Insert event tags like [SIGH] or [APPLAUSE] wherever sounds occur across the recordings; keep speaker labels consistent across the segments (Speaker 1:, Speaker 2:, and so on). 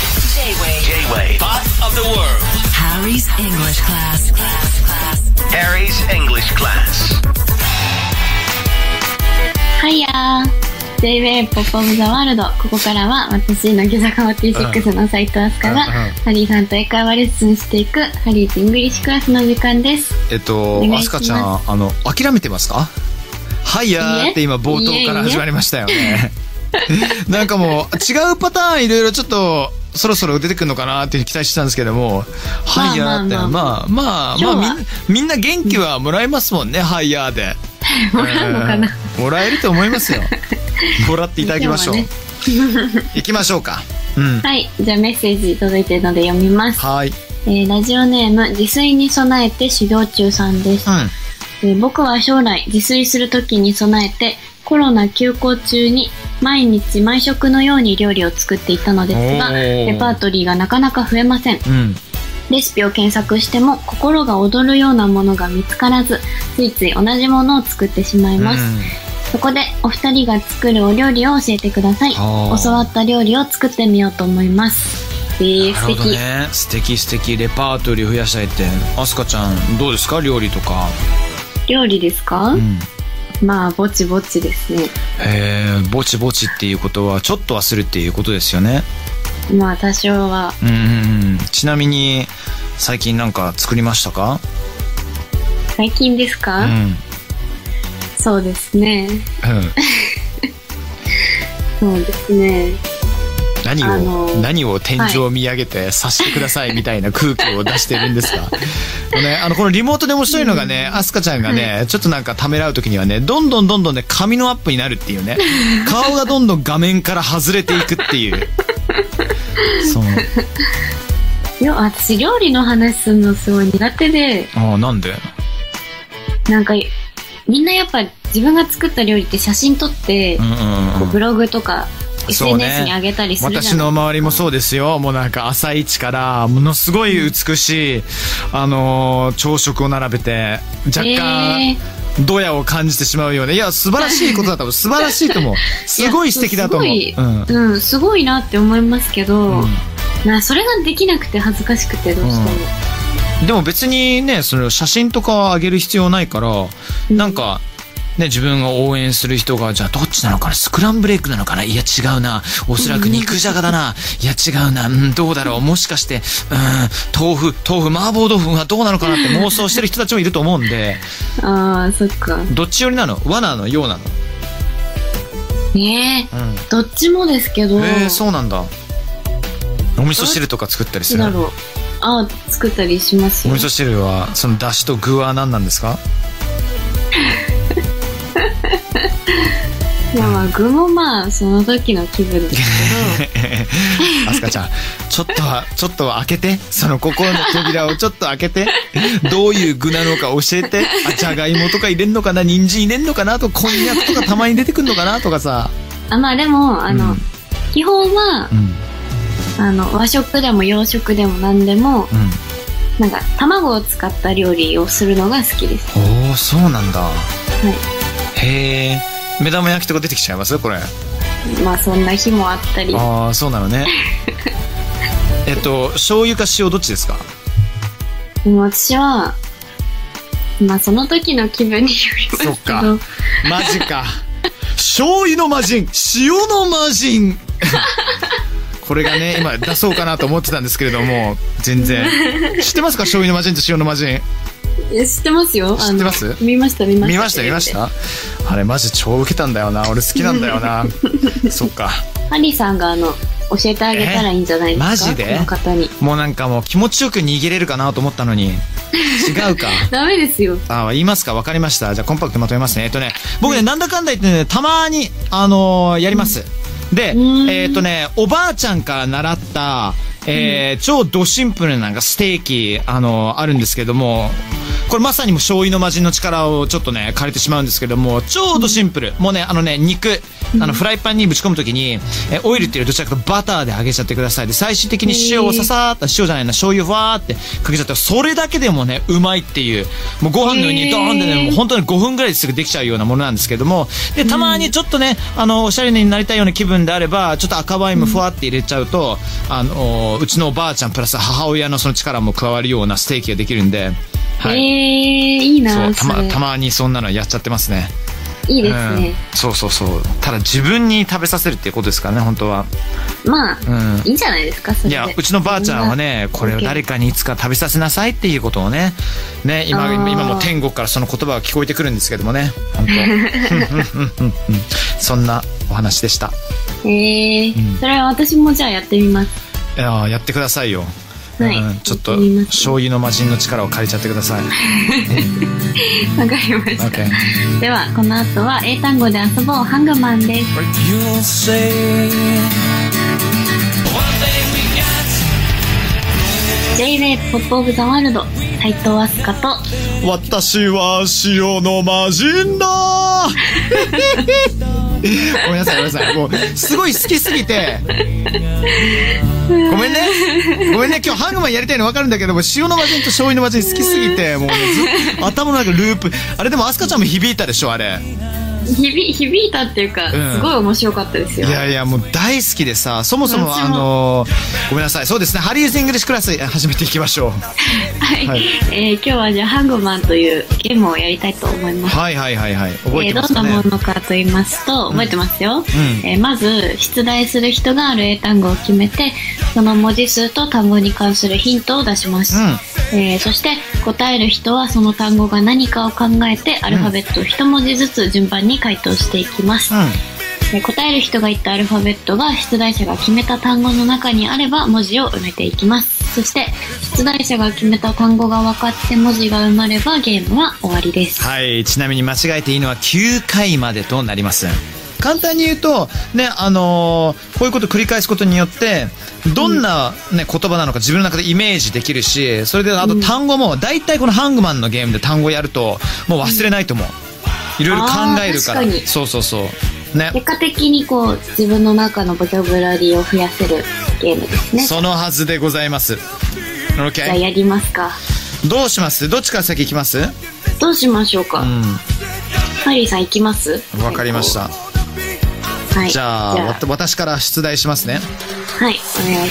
Speaker 1: J-Wave.
Speaker 2: J-Wave.
Speaker 1: Thought of the world.
Speaker 3: Harry's English class.
Speaker 2: Harry's English class.
Speaker 4: はいやー J-WAVE POP OF THE WORLD ここからは私乃木坂46の斉藤飛鳥が、
Speaker 5: うんうん
Speaker 4: ハリーさんと英会話レッスンしていくハリーズイングリッシュクラスの時間です
Speaker 5: えっと
Speaker 4: お、願
Speaker 5: ア
Speaker 4: いします
Speaker 5: スカちゃん、あの、諦めてますかはいやーって今冒頭から始まりましたよね。 [LAUGHS] なんかもう、違うパターンいろいろちょっと、そろそろ出てくるのかなっていう期待してたんですけども、はいやーって、
Speaker 4: ま
Speaker 5: ま
Speaker 4: あ
Speaker 5: あまあ、まあ、
Speaker 4: 今日は
Speaker 5: みんみんな元気はもらえますもんね、はいやーで。
Speaker 4: [LAUGHS] もらうのかな
Speaker 5: うんもらえると思いますよ。もらっていただきましょう。
Speaker 4: 今
Speaker 5: 行きましょうか。うん。
Speaker 4: はいじゃあメッセージ届いてるので読みます、
Speaker 5: はい。
Speaker 4: えーラジオネーム自炊に備えて修行中さんです
Speaker 5: う、ん。
Speaker 4: えー僕は将来自炊する時に備えてコロナ休校中に毎日毎食のように料理を作っていたのですが
Speaker 5: おー
Speaker 4: レパートリーがなかなか増えません
Speaker 5: うん。
Speaker 4: レシピを検索しても心が躍るようなものが見つからずついつい同じものを作ってしまいます、
Speaker 5: うん
Speaker 4: そこでお二人が作るお料理を教えてください
Speaker 5: あー
Speaker 4: 教わった料理を作ってみようと思いますえー、
Speaker 5: な
Speaker 4: 素
Speaker 5: るほど
Speaker 4: 敵、
Speaker 5: ね素敵素敵レパートリー増やしたいってアスカちゃんどうですか料理とか、
Speaker 4: 料理ですか、
Speaker 5: うん、
Speaker 4: まあぼちぼちですね
Speaker 5: えー、ぼちぼちっていうことはちょっとはするっていうことですよね
Speaker 4: まあ多少は
Speaker 5: うんうんうんちなみに最近なんか作りましたか
Speaker 4: 最近です
Speaker 5: う
Speaker 4: か、
Speaker 5: ん
Speaker 4: そうですね
Speaker 5: うん
Speaker 4: そうですね
Speaker 5: 何
Speaker 4: あの
Speaker 5: を
Speaker 4: ー
Speaker 5: 何を天井を見上げて察してくださいみたいな空気を出してるんですかね、あのこのリモートで面白いのがね、アスカちゃんがね、ちょっとなんかためらう時にはねどんどんどんどんね髪のアップになるっ
Speaker 4: [LAUGHS]
Speaker 5: ていうね顔がどんどん画面から外れていくっていうそう
Speaker 4: よ私料理の話するのすごい苦手で
Speaker 5: ああなんで
Speaker 4: なんかみんなやっぱ自分が作った料理って写真撮って、
Speaker 5: うんうん
Speaker 4: こう
Speaker 5: う
Speaker 4: ブ
Speaker 5: ん
Speaker 4: ログとか
Speaker 5: そうね
Speaker 4: SNS に上げたりするじゃない
Speaker 5: 私の周りもそうですよもうなんか朝一からものすごい美しい、あのー朝食を並べて若干、
Speaker 4: えー
Speaker 5: ドヤを感じてしまうようねいや素晴らしいことだと思う素晴らしい
Speaker 4: [LAUGHS]
Speaker 5: と思うすごい素敵だと思う
Speaker 4: いや
Speaker 5: う
Speaker 4: す
Speaker 5: ん
Speaker 4: ごい、うんすごいなって思いますけど、
Speaker 5: うん
Speaker 4: なそれができなくて恥ずかしくてどうしても、
Speaker 5: でも別にねその写真とかは上げる必要ないから、
Speaker 4: うん
Speaker 5: なんかね、自分が応援する人が、じゃあどっちなのかなスクランブルエッグなのかないや違うな。おそらく肉じゃがだな。いや違うな。うん、どうだろう。もしかして、うん、豆腐、豆腐、麻婆豆腐はどうなのかなって妄想してる人たちもいると思うんで、
Speaker 4: ああそっか
Speaker 5: どっち寄りなの和なのようなの
Speaker 4: ねえ
Speaker 5: うん。
Speaker 4: どっちもですけど、
Speaker 5: えー、そうなんだ。お味噌汁とか作ったりす
Speaker 4: どっ
Speaker 5: る
Speaker 4: ちだろうああ作ったりします
Speaker 5: お
Speaker 4: よ
Speaker 5: 味噌汁はその出汁と具は何なんですか
Speaker 4: いやまあ具もまあその時の気分ですけ
Speaker 5: [LAUGHS] アスカちゃんちょっとはちょっとは開けてその心の扉をちょっと開けてどういう具なのか教えてあじゃがいもとか入れんのかな人参入れんのかなとこんにゃくとかたまに出てくんのかなとかさ、
Speaker 4: ど [LAUGHS] あまあでもあの、
Speaker 5: うん
Speaker 4: 基本は
Speaker 5: うん
Speaker 4: あの和食でも洋食でも何でも
Speaker 5: うん、
Speaker 4: なんか卵を使った料理をするのが好きです
Speaker 5: おおそうなんだへえ目玉焼きとか出てきちゃいますこれ
Speaker 4: まあそんな日もあったり
Speaker 5: ああそうなの
Speaker 4: [LAUGHS]
Speaker 5: ねえっと醤油か塩どっちですか
Speaker 4: でも私はまあその時の気分によりますけど
Speaker 5: そっかマジか。醤油の魔人、塩の魔人。これがね、今出そうかなと思ってたんですけれども、全然。知ってますか醤油の魔人と塩の魔人。
Speaker 4: え知ってますよ
Speaker 5: 知ってます
Speaker 4: あの見ました見ました
Speaker 5: 見ました、見ました。あれ、マジ超ウケたんだよな。俺好きなんだよな。そっか。
Speaker 4: ハリーさんがあの教えてあげたらいいんじゃないですか
Speaker 5: えマジで
Speaker 4: この方に
Speaker 5: もうなんかもう気持ちよく逃げれるかなと思ったのに。違うか。
Speaker 4: ダメですよ
Speaker 5: あ言いますか分かりましたじゃあコンパクトにまとめますねえっとね僕ねなんだかんだ言ってねたまにあのーやります、で
Speaker 4: うん
Speaker 5: えっとねおばあちゃんから習ったえー超ドシンプルななんかステーキ、あのーあるんですけどもこれまさにもう醤油の魔人の力をちょっとね、借りてしまうんですけども、ちょうどシンプル。もうね、あのね、肉、あの、フライパンにぶち込むときに、え、オイルっていうよりどちらかというとバターで揚げちゃってください。で、最終的に塩をささーっと、塩じゃないな、醤油をふわーってかけちゃったら、それだけでもね、うまいっていう、もうご飯のようにドーンってね、もう本当に5分ぐらいですぐできちゃうようなものなんですけども、で、たまにちょっとね、あの、おしゃれになりたいような気分であれば、ちょっと赤ワインもふわって入れちゃうと、あの、うちのおばあちゃんプラス母親のその力も加わるようなステーキができるんで、はい。
Speaker 4: えー、いい
Speaker 5: そ
Speaker 4: な
Speaker 5: う、た
Speaker 4: そ
Speaker 5: ま、
Speaker 4: れ
Speaker 5: たまにそんなのやっちゃってますね。
Speaker 4: いいですね、
Speaker 5: うん、そうそうそうただ自分に食べさせるっていうことですからね本当は
Speaker 4: まあ、
Speaker 5: うん
Speaker 4: いいんじゃないですかそれ
Speaker 5: い
Speaker 4: で [LAUGHS]
Speaker 5: やうちのばあちゃんはねこれを誰かにいつか食べさせなさいっていうことをねね
Speaker 4: あ
Speaker 5: 今
Speaker 4: ー
Speaker 5: 今もう天国からその言葉が聞こえてくるんですけどもね本
Speaker 4: [LAUGHS]
Speaker 5: 当うんうんうんうんそんなお話でした
Speaker 4: えー
Speaker 5: うん
Speaker 4: それは私もじゃあやってみます
Speaker 5: いやーやってくださいよ、
Speaker 4: はい
Speaker 5: うんちょっと
Speaker 4: やってみます
Speaker 5: 醤油の魔人の力を借りちゃってください
Speaker 4: わかりました、
Speaker 5: OK
Speaker 4: ではこの後は英単語で遊ぼうハングマンです
Speaker 1: You'll say one day we got
Speaker 4: J-WAVE ポップオブザワールド斉藤飛鳥と
Speaker 5: 私は塩の魔人だ [LAUGHS] ごめんなさいごめんなさいもうすごい好きすぎてごめんねごめんね今日ハングマンやりたいの分かるんだけども塩の魔人と醤油の魔人好きすぎてもうねず頭の中ループあれでもアスカちゃんも響いたでしょあれ
Speaker 4: 響響いたっていうか、
Speaker 5: うん
Speaker 4: すごい面白かったです
Speaker 5: い
Speaker 4: よ
Speaker 5: やいやもう大好きでさそもそも
Speaker 4: 私
Speaker 5: あ
Speaker 4: も
Speaker 5: のごめんなさいそうですねハリーズ・イングリッシュクラス始めていきましょう
Speaker 4: はい、
Speaker 5: はい
Speaker 4: えー今日はじゃあハングマンというゲームをやりたいと思います
Speaker 5: はいはいはいはい覚え
Speaker 4: え
Speaker 5: て
Speaker 4: ー
Speaker 5: ます
Speaker 4: ど
Speaker 5: か
Speaker 4: ん
Speaker 5: ね
Speaker 4: なものかと言いますと、覚えてますよ、
Speaker 5: ん
Speaker 4: えーまず出題する人がある英単語を決めてその文字数と単語に関するヒントを出します、えーそして答える人はその単語が何かを考えてアルファベットを1文字ずつ順番に回答していきます、
Speaker 5: うん
Speaker 4: えー答える人が言ったアルファベットが出題者が決めた単語の中にあれば文字を埋めていきますそして出題者が決めた単語が分かって文字が埋まればゲームは終わりです、
Speaker 5: はい、ちなみに間違えていいのは9回までとなります。簡単に言うと、ね、あのーこういうことを繰り返すことによって、どんな、ね、言葉なのか自分の中でイメージできるし、それであと単語も、大体このハングマンのゲームで単語やると、もう忘れないと思う。いろいろ考えるから。
Speaker 4: あー確かに
Speaker 5: そうそうそう。ね。
Speaker 4: 結果的にこう自分の中のボキャブラリーを増やせるゲームですねじ
Speaker 5: そのはずでございます。
Speaker 4: ゃあ
Speaker 5: OK?
Speaker 4: やりますか
Speaker 5: どうしますどっちから先行きます
Speaker 4: どうしましょうか、
Speaker 5: う
Speaker 4: ハリーさん行きます
Speaker 5: ん。わかりまし
Speaker 4: は
Speaker 5: た。
Speaker 4: い
Speaker 5: じゃあ、
Speaker 4: は
Speaker 5: わた私から出題します
Speaker 4: い
Speaker 5: ね。
Speaker 4: お願いしま
Speaker 5: 今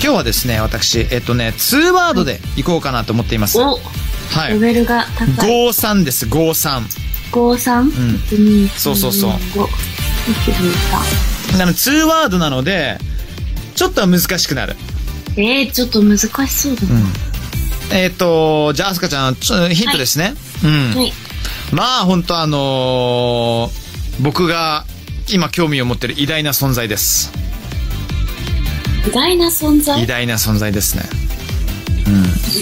Speaker 5: 日はですね私えっとね2ワードでいこうかなと思っていますすは
Speaker 4: おレ
Speaker 5: い
Speaker 4: ベルが高い
Speaker 5: 53です53
Speaker 4: 53、うん123
Speaker 5: そうそうそうなので2ワードなのでちょっとは難しくなる
Speaker 4: えー、ちょっと難しそうだな、
Speaker 5: えっ、とじゃあアスカちゃんちょヒントですね、うん、
Speaker 4: はい
Speaker 5: まあ本当あのー僕が今興味を持ってる偉大な存在です
Speaker 4: 偉大な存在
Speaker 5: 偉
Speaker 4: 偉
Speaker 5: 大な存在ですね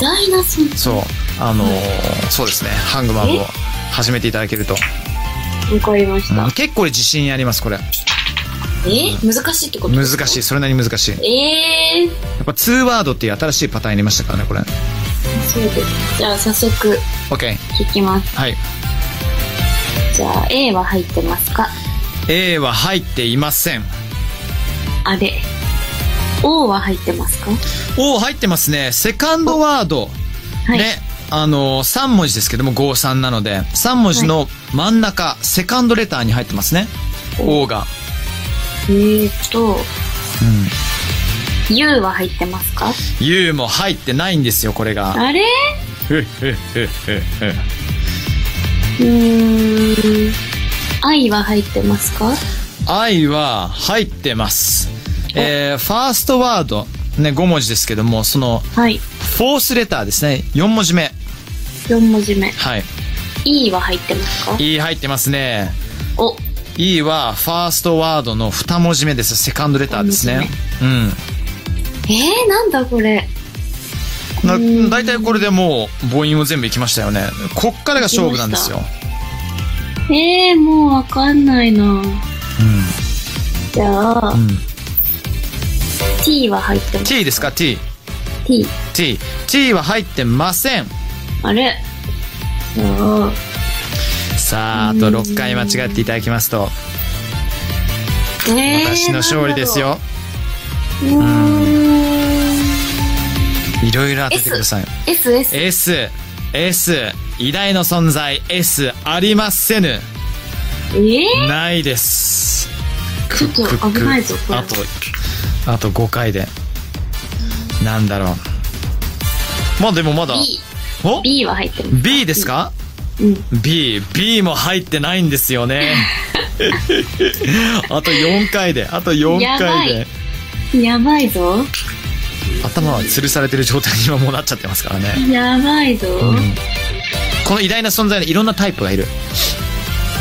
Speaker 4: 大な存在
Speaker 5: そうあのーそうですねハングマンを始めていただけると、
Speaker 4: わかりました、
Speaker 5: うん結構自信ありますこれ
Speaker 4: えー、難しいってこと
Speaker 5: 難しいそれなりに難しい
Speaker 4: えー、
Speaker 5: やっぱ2ワードっていう新しいパターン入れましたからねこれ
Speaker 4: そうですじゃあ早速
Speaker 5: OK
Speaker 4: 聞きます
Speaker 5: はい
Speaker 4: じゃあ A は入ってますか
Speaker 5: A は入っていません
Speaker 4: あれ O は入ってますか
Speaker 5: O 入ってますねセカンドワード
Speaker 4: はい、
Speaker 5: ねあの3文字ですけども53なので3文字の真ん中、セカンドレターに入ってますね O が
Speaker 4: えーと、U は入ってますか
Speaker 5: U も入ってないんですよこれが
Speaker 4: あれ
Speaker 5: ふっふっふっふっ
Speaker 4: う
Speaker 5: ふ
Speaker 4: ーん I は入ってますか
Speaker 5: I は入ってますえー、ファーストワードね5文字ですけどもその
Speaker 4: はい
Speaker 5: フォースレターですね4文字目
Speaker 4: 4文字目
Speaker 5: はい
Speaker 4: E は入ってますか
Speaker 5: E 入ってますね
Speaker 4: お
Speaker 5: E はファーストワードの2文字目ですセカンドレターですねう
Speaker 4: えー、なんだこれ
Speaker 5: んだいたいこれでもう母音を全部いきましたよねこっからが勝負なんですよ
Speaker 4: えー、もうわかんないなじゃあ、
Speaker 5: うん
Speaker 4: T は入ってます
Speaker 5: T ですか TTT
Speaker 4: T
Speaker 5: は入ってません
Speaker 4: あれおー
Speaker 5: さああと6回間違っていただきますと
Speaker 4: えー
Speaker 5: 私の勝利です。よ
Speaker 4: なんだろうう
Speaker 5: いろいろ当ててください
Speaker 4: ーん S、S。
Speaker 5: S S 偉大の存在 S ありませぬ
Speaker 4: えー
Speaker 5: ないです
Speaker 4: ちょっと
Speaker 5: くく
Speaker 4: 危ないぞこれ
Speaker 5: あとあと5回でなんだろうまあでもまだ
Speaker 4: B、
Speaker 5: お
Speaker 4: B は入ってる。
Speaker 5: B ですか
Speaker 4: うん。
Speaker 5: B、B も入ってないんです
Speaker 4: [LAUGHS]
Speaker 5: よね。あと4回で、あと4回
Speaker 4: やば
Speaker 5: で
Speaker 4: い。やばいぞ。
Speaker 5: 頭は吊るされてる状態に今もうなっちゃってますからね。
Speaker 4: やばいぞ。
Speaker 5: この偉大な存在のいろんなタイプがいる。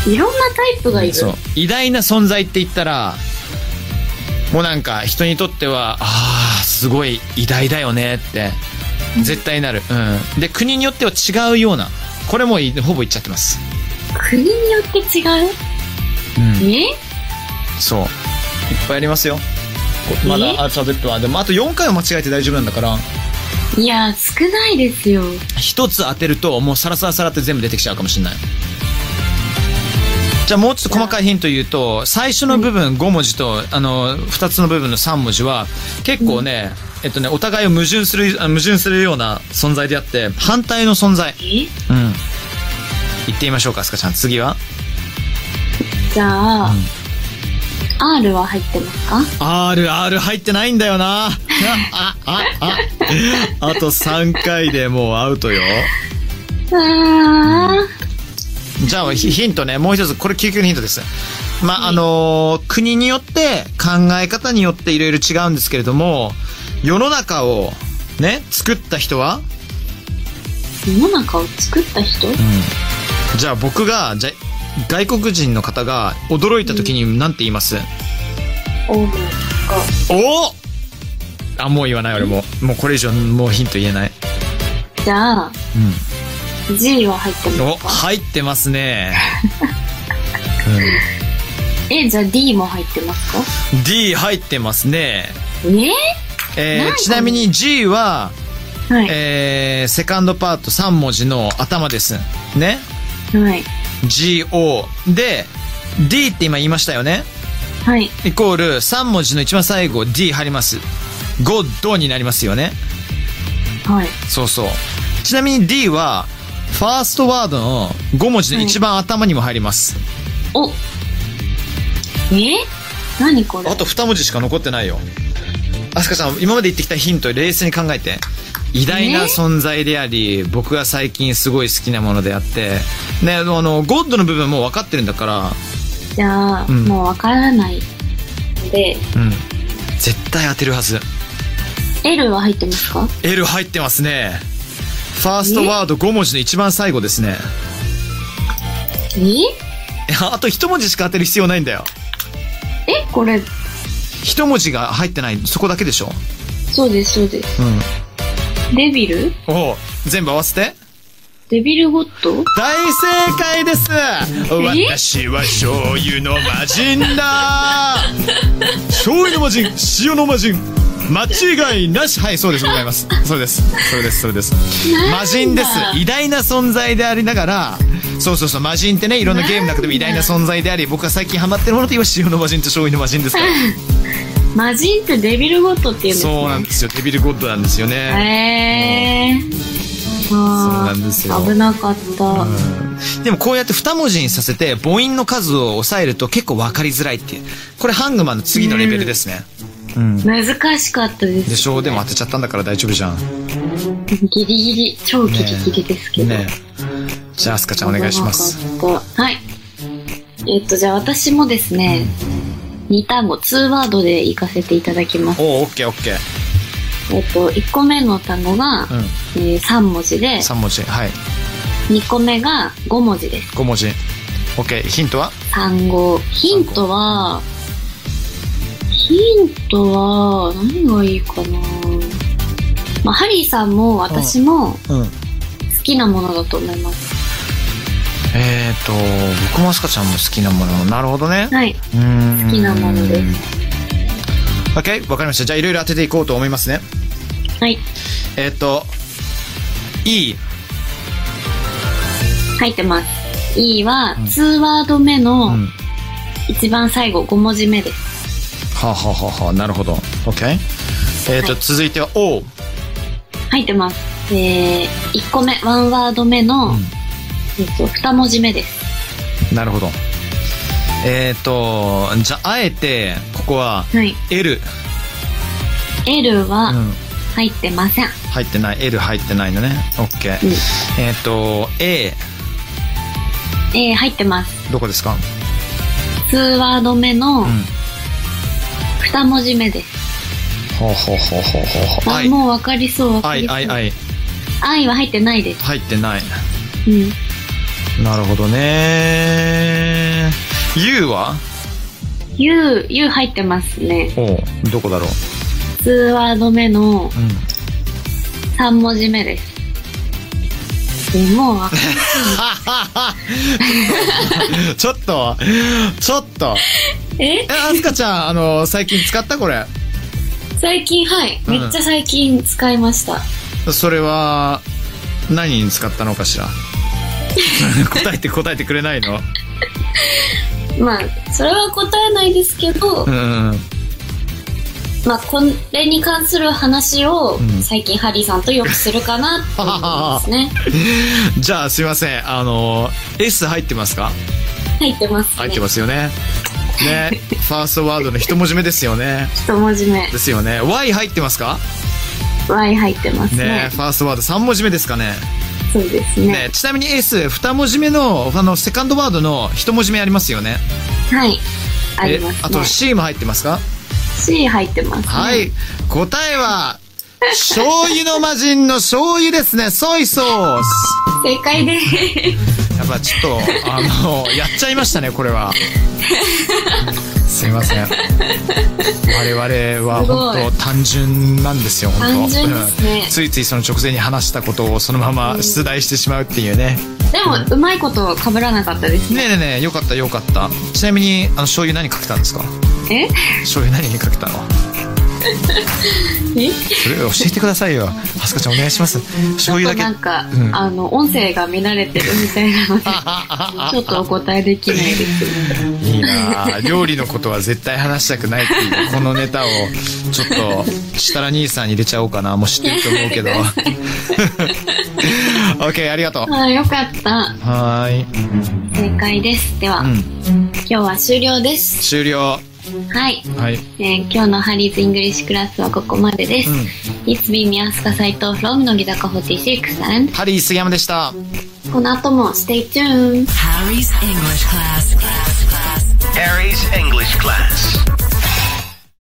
Speaker 4: いろんなタイプがいる。
Speaker 5: そう。偉大な存在って言ったら、もうなんか人にとっては、ああ、すごい偉大だよねって、絶対なる。うん。で、国によっては違うような。これもいほぼ言っちゃってます。
Speaker 4: 国によって違う
Speaker 5: うん。
Speaker 4: え
Speaker 5: そう。いっぱいありますよ。ま
Speaker 4: え
Speaker 5: だアルファベットは。でもあと4回は間違えて大丈夫なんだから、
Speaker 4: いや、少ないですよ。
Speaker 5: 一つ当てるともうサラサラサラって全部出てきちゃうかもしれないじゃあもうちょっと細かいヒント言うと最初の部分5文字とあの2つの部分の3文字は結構ね、えっとねお互いを矛盾するあ矛盾するような存在であって反対の存在
Speaker 4: え
Speaker 5: うん言ってみましょうかすかちゃん次は
Speaker 4: じゃあ、R は入ってますか
Speaker 5: RR 入ってないんだよな [LAUGHS] あああああと3回でもうアウトよ
Speaker 4: あー
Speaker 5: じゃあヒヒントね、もう一つ、これ究極のヒントです。まあ、あのー国によって、考え方によっていろいろ違うんですけれども、世の中をね、作った人は、
Speaker 4: 世の中を作った人
Speaker 5: じゃあ僕が、じゃ外国人の方が驚いた時に何て言います、
Speaker 4: おー
Speaker 5: おおあ、もう言わない俺もう。もうこれ以上、もうヒント言えない。
Speaker 4: じゃあ、
Speaker 5: うん。
Speaker 4: G は入ってま
Speaker 5: お、
Speaker 4: すか
Speaker 5: 入ってます [LAUGHS] ね。
Speaker 4: え、じゃあ D も入ってますか
Speaker 5: うん D 入ってますね。
Speaker 4: えー
Speaker 5: えー
Speaker 4: なんか
Speaker 5: ちなみに G は、
Speaker 4: はい。
Speaker 5: えーセカンドパート3文字の頭です。ね。
Speaker 4: はい。
Speaker 5: GO。で、D って今言いましたよね。
Speaker 4: はい。
Speaker 5: イコール3文字の一番最後 D 入ります。ゴッドになりますよね。
Speaker 4: はい。
Speaker 5: そうそう。ちなみに D は、ファーストワードの5文字の一番頭にも入ります。
Speaker 4: おえ何これ
Speaker 5: あと2文字しか残ってないよ。アスカちゃん、今まで言ってきたヒント、冷静に考えて。偉大な存在であり、僕が最近すごい好きなものであって、ね、あの、ゴッドの部分もう分かってるんだから、
Speaker 4: じゃあ、
Speaker 5: うん
Speaker 4: もうわからないので、
Speaker 5: うん。絶対当てるはず。
Speaker 4: L は入ってますか
Speaker 5: L 入ってますね。ファーストワード5文字の一番最後ですね。
Speaker 4: え
Speaker 5: いやあと1文字しか当てる必要ないんだよ。
Speaker 4: えこれ、
Speaker 5: 1文字が入ってない、そこだけでしょ
Speaker 4: そうです、そうです。
Speaker 5: うん。
Speaker 4: デビル
Speaker 5: おう全部合わせて。
Speaker 4: デビルゴッド
Speaker 5: 大正解です私は醤油の魔人だ [LAUGHS] 醤油の魔人塩の魔人間違いなしはいそうですございますそうですそうですそうです魔人です偉大な存在でありながらそうそうそう魔人ってねいろんなゲームの中でも偉大な存在であり僕が最近ハマってるものといえば塩の魔人と醤油の魔人ですから
Speaker 4: 魔人ってデビルゴッドって言うんですね。
Speaker 5: そうなんですよデビルゴッドなんですよね
Speaker 4: へー。
Speaker 5: そうなんですよ
Speaker 4: あー危なかった。
Speaker 5: でもこうやって2文字にさせて母音の数を抑えると結構分かりづらいっていうこれハングマンの次のレベルですね、
Speaker 4: 難しかったです。
Speaker 5: でしょでも当てちゃったんだから大丈夫じゃん
Speaker 4: ギリギリ、超ギリギリですけど。
Speaker 5: ねえじゃあアスカちゃんお願いします
Speaker 4: 危なかった。はい。えっと、じゃあ私もですね、2単語、2ワードで行かせていただきます。
Speaker 5: おおオッケーオッケー
Speaker 4: えっと、1個目の単語が、
Speaker 5: うん
Speaker 4: え3文字で、
Speaker 5: 3文字はい
Speaker 4: 2個目が5文字です。
Speaker 5: 5文字オッケーヒントは
Speaker 4: 単語。ヒントは、ヒントは、何がいいかなまあ、ハリーさんも私も
Speaker 5: うん
Speaker 4: 好きなものだと思います。
Speaker 5: えーと僕もアスカちゃんも好きなものなるほどね
Speaker 4: はい。
Speaker 5: うーん
Speaker 4: 好きなものです
Speaker 5: オッケーわかりましたじゃあいろいろ当てていこうと思いますね
Speaker 4: はい。
Speaker 5: えっ、と E
Speaker 4: 入ってます。E は、2ワード目の
Speaker 5: うん
Speaker 4: 一番最後、5文字目です。
Speaker 5: はあ、はあはあはあ、なるほど OK えっ、ー、と、
Speaker 4: はい
Speaker 5: 続いては O
Speaker 4: 入ってます。えー、1個目、1ワード目の、
Speaker 5: うん
Speaker 4: えっと、2文字目です。
Speaker 5: なるほどえっ、ー、とじゃああえてここは
Speaker 4: はい
Speaker 5: L、
Speaker 4: L
Speaker 5: う
Speaker 4: は
Speaker 5: ん、
Speaker 4: 入ってません。
Speaker 5: 入ってない L 入ってないのね OK、
Speaker 4: うん
Speaker 5: えっ、ー、と A
Speaker 4: A 入ってます。
Speaker 5: どこですか、
Speaker 4: 2ワード目の
Speaker 5: うん、
Speaker 4: 2文字目です。
Speaker 5: ほうほうほうほうほうほう
Speaker 4: あ、
Speaker 5: I
Speaker 4: もう分かりそう、分かり
Speaker 5: I
Speaker 4: そう。
Speaker 5: I I
Speaker 4: I は入ってないです。
Speaker 5: 入ってない
Speaker 4: うん。
Speaker 5: なるほどね U は
Speaker 4: U、U 入ってますね。
Speaker 5: おうどこだろう
Speaker 4: 2ワード目の
Speaker 5: うん
Speaker 4: 3文字目です。えもう分かり
Speaker 5: [LAUGHS] ちょっとちょっと
Speaker 4: [LAUGHS] え
Speaker 5: えあすかちゃんあの最近使ったこれ
Speaker 4: 最近、はい。
Speaker 5: うん
Speaker 4: めっちゃ最近使いました。
Speaker 5: それは何に使ったのかしら [LAUGHS] 答えて答えてくれないの
Speaker 4: まあ、それは答えないですけど、
Speaker 5: うんうん
Speaker 4: まあ、これに関する話を
Speaker 5: ん
Speaker 4: 最近ハリーさんとよくするかなって思い
Speaker 5: [LAUGHS]
Speaker 4: ますね。
Speaker 5: じゃあすいませんあの S 入ってますか
Speaker 4: 入ってます、ね。
Speaker 5: 入ってますよねねファーストワードの一文字目ですよね
Speaker 4: 一文字目。
Speaker 5: ですよね Y 入ってますか
Speaker 4: Y 入ってますね。
Speaker 5: ねファーストワード3文字目ですかね
Speaker 4: そうですね
Speaker 5: ねちなみに S2 文字目のあのセカンドワードの1文字目ありますよね
Speaker 4: はい。ありま
Speaker 5: えあと
Speaker 4: す
Speaker 5: C も入ってますか
Speaker 4: ね。C 入ってます、ね。
Speaker 5: はい、。答えは醤油の魔人の醤油ですねソイソース
Speaker 4: 正解です。
Speaker 5: やっぱちょっとあのやっちゃいましたねこ
Speaker 4: [LAUGHS]
Speaker 5: れはすいません我々は
Speaker 4: すごい
Speaker 5: 本当単純なんですよ本当
Speaker 4: 単純ですね
Speaker 5: うんついついその直前に話したことをそのまま出題してしまうっていうね
Speaker 4: でも、うまいこと被らなかったです
Speaker 5: ねえねえねえよかったよかったちなみにあの醤油何かけたんですか
Speaker 4: ね。
Speaker 5: 醤油何にかけたの
Speaker 4: ええ
Speaker 5: それ教えてくださいよはすかちゃんお願いします
Speaker 4: ち
Speaker 5: 醤
Speaker 4: ょっ
Speaker 5: 油
Speaker 4: と
Speaker 5: だけ
Speaker 4: なんか、
Speaker 5: うん
Speaker 4: あの、音声が乱れてるみたいなので、
Speaker 5: [LAUGHS]
Speaker 4: ちょっとお答えできないです。
Speaker 5: いいなあ料理のことは絶対話したくないっていうこのネタをちょっと設楽兄さんに入れちゃおうかなもう知ってると思う [LAUGHS] けど OK ありがとう
Speaker 4: ああ、よかった。
Speaker 5: はーい、
Speaker 4: 正解です。では、
Speaker 5: うん、
Speaker 4: 今日は終了です。
Speaker 5: 終了
Speaker 4: はい。
Speaker 5: はい
Speaker 4: えー今日のハリーズ・イングリッシュクラスはここまでです。
Speaker 5: うん
Speaker 4: It's been 宮塚斎藤 from 乃木坂46 and
Speaker 5: ハリー杉山でした
Speaker 4: この後も Stay tuned!
Speaker 3: Harry's English class. class, class.
Speaker 2: Harry's English class.